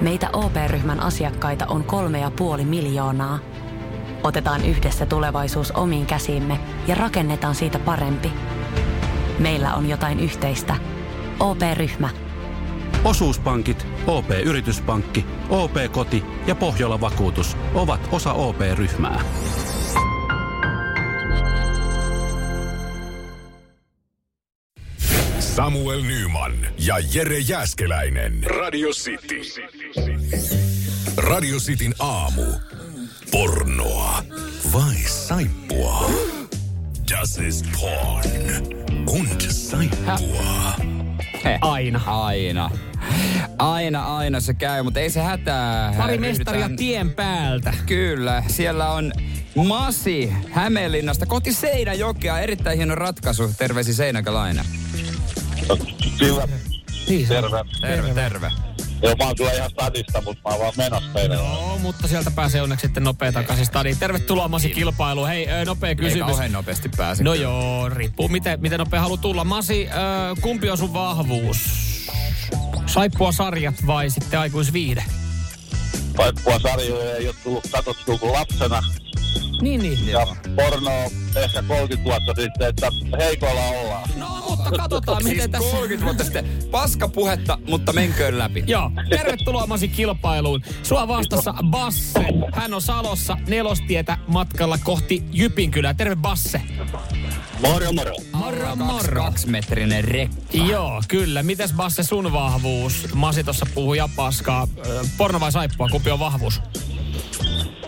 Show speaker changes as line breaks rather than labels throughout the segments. Meitä OP-ryhmän asiakkaita on kolme ja puoli miljoonaa. Otetaan yhdessä tulevaisuus omiin käsiimme ja rakennetaan siitä parempi. Meillä on jotain yhteistä. OP-ryhmä.
Osuuspankit, OP-yrityspankki, OP-koti ja Pohjola-vakuutus ovat osa OP-ryhmää.
Samuel Nyman ja Jere Jäskeläinen.
Radio City.
Radio Cityn aamu. Pornoa vai saippua? Das ist porn. Und saippua.
Aina.
Aina. Aina, aina se käy, mutta ei se hätää.
Pari mestaria
Ryhdytään-
tien päältä.
Kyllä, siellä on Masi Hämeenlinnasta kohti Seinäjokea. Erittäin hieno ratkaisu. Terveisi Seinäkälainen.
Kyllä,
Niin se on.
terve.
Terve, terve.
Joo, mä oon kyllä ihan stadista, mutta mä oon vaan menossa teille.
Joo, No, mutta sieltä pääsee onneksi sitten nopea takaisin stadiin. Tervetuloa Masi kilpailuun. Hei, ö, nopea
Niin. Ei
kysymys.
kauhean nopeasti pääse.
No joo, riippuu miten, miten nopea haluaa tulla. Masi, ö, kumpi on sun vahvuus? Saippua sarjat vai sitten aikuisviide?
Paikkua sarjoja ei ole tullut katsottua kuin lapsena.
Niin, niin.
Ja porno ehkä 30 vuotta sitten, että heikolla ollaan.
No, mutta katsotaan,
Siis
miten tässä...
30 vuotta sitten paska puhetta, mutta menköön läpi.
Joo, tervetuloa Masi kilpailuun. Sua vastassa Basse. Hän on Salossa nelostietä matkalla kohti Jypinkylää. Terve Basse.
Moro moro.
Moro,
Kaksi,
moro.
kaksimetrinen rekki.
Joo, kyllä. Mites Basse sun vahvuus? Masi tuossa puhui ja paskaa. Ö, Porno vai saippua, kumpi on vahvuus?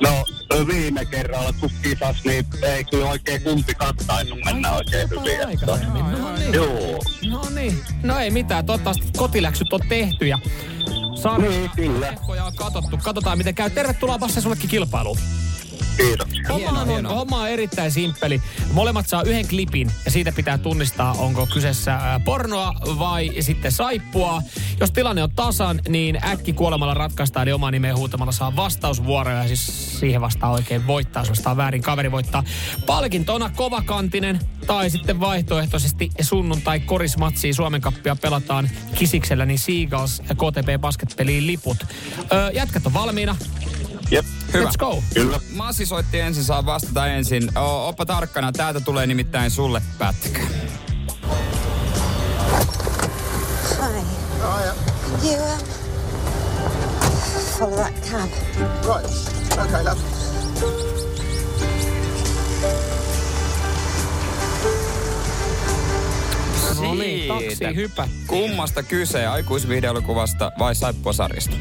No viime kerralla kun kisas, niin ei kyllä oikein kumpi kattainu mennä oikein hyvin. että-
No niin,
Joo.
no niin. No ei mitään, toivottavasti kotiläksyt on tehty ja sarjoja
Niin, kyllä.
leffoja on katsottu. Katsotaan miten käy. Tervetuloa Basse sullekin kilpailuun.
Kiitoksia.
Homma on,
hienoa.
homma on erittäin simppeli. Molemmat saa yhden klipin ja siitä pitää tunnistaa, onko kyseessä ää, pornoa vai sitten saippua. Jos tilanne on tasan, niin äkki kuolemalla ratkaistaan, eli oma nimeä huutamalla saa vastausvuoroja. Ja siis siihen vastaan oikein voittaa, jos vastaan väärin kaveri voittaa. Palkintona kovakantinen tai sitten vaihtoehtoisesti sunnuntai korismatsiin Suomen kappia pelataan Kisiksellä, niin Seagulls ja KTP Basketpeliin liput. Öö, jätkät on valmiina.
Jep.
Hyvä.
Let's go.
Kyllä.
Masi soitti ensin, saa vastata ensin. O, oppa tarkkana, täältä tulee nimittäin sulle pätkä.
Hi. Can you um, follow that cab?
Right. Okay, love.
No niin,
Siitä.
taksi hypättiin.
Kummasta kyse, aikuisvideolokuvasta vai saippuasarjasta?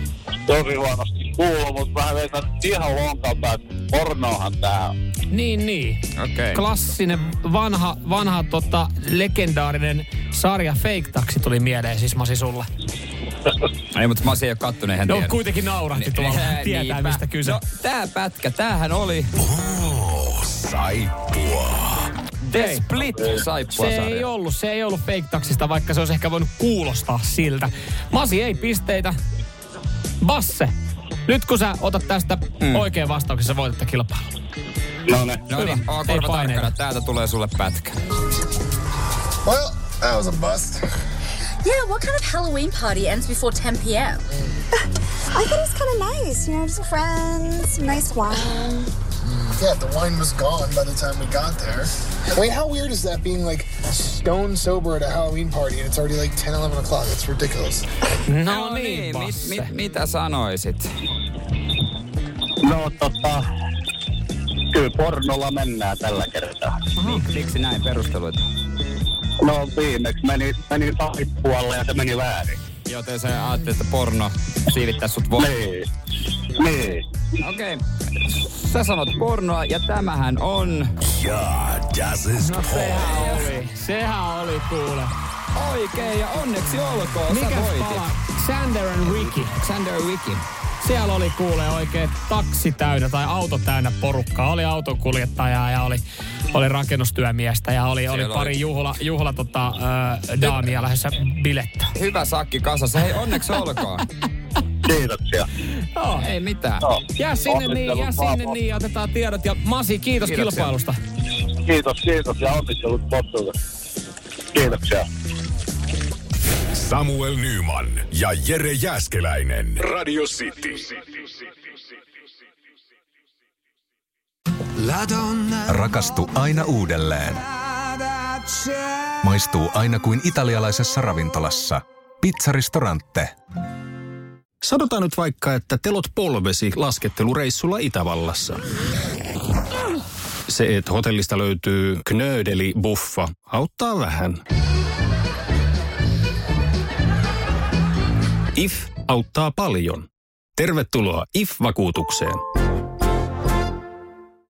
Tosi huonosti kuuluu, mutta mä veikän ihan lonkalta, että pornohan tää on.
Niin, niin.
Okei.
Klassinen, vanha, vanha tota, legendaarinen sarja Fake Taxi tuli mieleen siis Masi sulle.
Ei, mutta Masi ei ole kattonut, eihän
No
tiedä.
kuitenkin naurahti tuolla,
Niin,
tietää
niinpä.
mistä kyse.
No, tää pätkä, tämähän oli
Oh, saippua.
The
Ei.
Split
Se ei
saippuasarja.
ollut, se ei ollut Fake Taxista, vaikka se olisi ehkä voinut kuulostaa siltä. Masi ei pisteitä. Basse, nyt kun sä otat tästä mm. oikein vastauksen, sä voitat kilpailun.
No ne.
No niin,
Hyvä.
ok,
Ei
oppa
paineita.
tarkkana, täältä tulee sulle pätkä.
Well, that was a bust.
Yeah, what kind of Halloween party ends before 10 p.m.?
I thought it was kind of nice, you know, just friends, nice wine.
Yeah, the wine was gone by the time we got there. Wait, how weird is that being like stone sober at a Halloween party and it's already like 10, 11 o'clock? It's ridiculous.
No niin, Basse.
mit, mit, mitä sanoisit?
No tota, kyllä pornolla mennään tällä kertaa.
Mik- Miksi näin perusteluita?
No viimeksi meni, meni saippualle ja se meni väärin.
Joten sä ajattelet, että porno siivittää sut vo-
Niin. Niin.
Okei. Sä sanot pornoa ja tämähän on
Ja, siis- das ist
no
porn.
oli. Sehän oli kuule.
oikein ja onneksi olkoon.
Mikä
sä voitit.
pala? Sander and Ricky.
Xander Wiki.
Siellä oli kuule oikein taksi täynnä tai auto täynnä porukkaa. Oli autokuljettajaa ja oli, oli rakennustyömiestä ja oli, oli
Siellä
pari
oli.
juhla, juhla tota, ö, daamia lähdössä bilettä.
Hyvä sakki kasassa. Hei, onneksi olkoon.
Kiitoksia.
Joo.
Ei mitään.
No,
Jää sinne niin, jää
onnittelut
sinne
vaan.
niin ja otetaan tiedot. Ja Masi, kiitos
Kiitoksia.
kilpailusta.
Kiitos, kiitos ja onnittelut pottuille. Kiitoksia.
Samuel Nyman ja Jere Jäskeläinen. Radio City.
Rakastu aina uudelleen. Maistuu aina kuin italialaisessa ravintolassa. Pizzaristorante.
Sanotaan nyt vaikka, että telot polvesi laskettelureissulla Itävallassa. Se, että hotellista löytyy knöydeli buffa, auttaa vähän. IF auttaa paljon. Tervetuloa IF-vakuutukseen.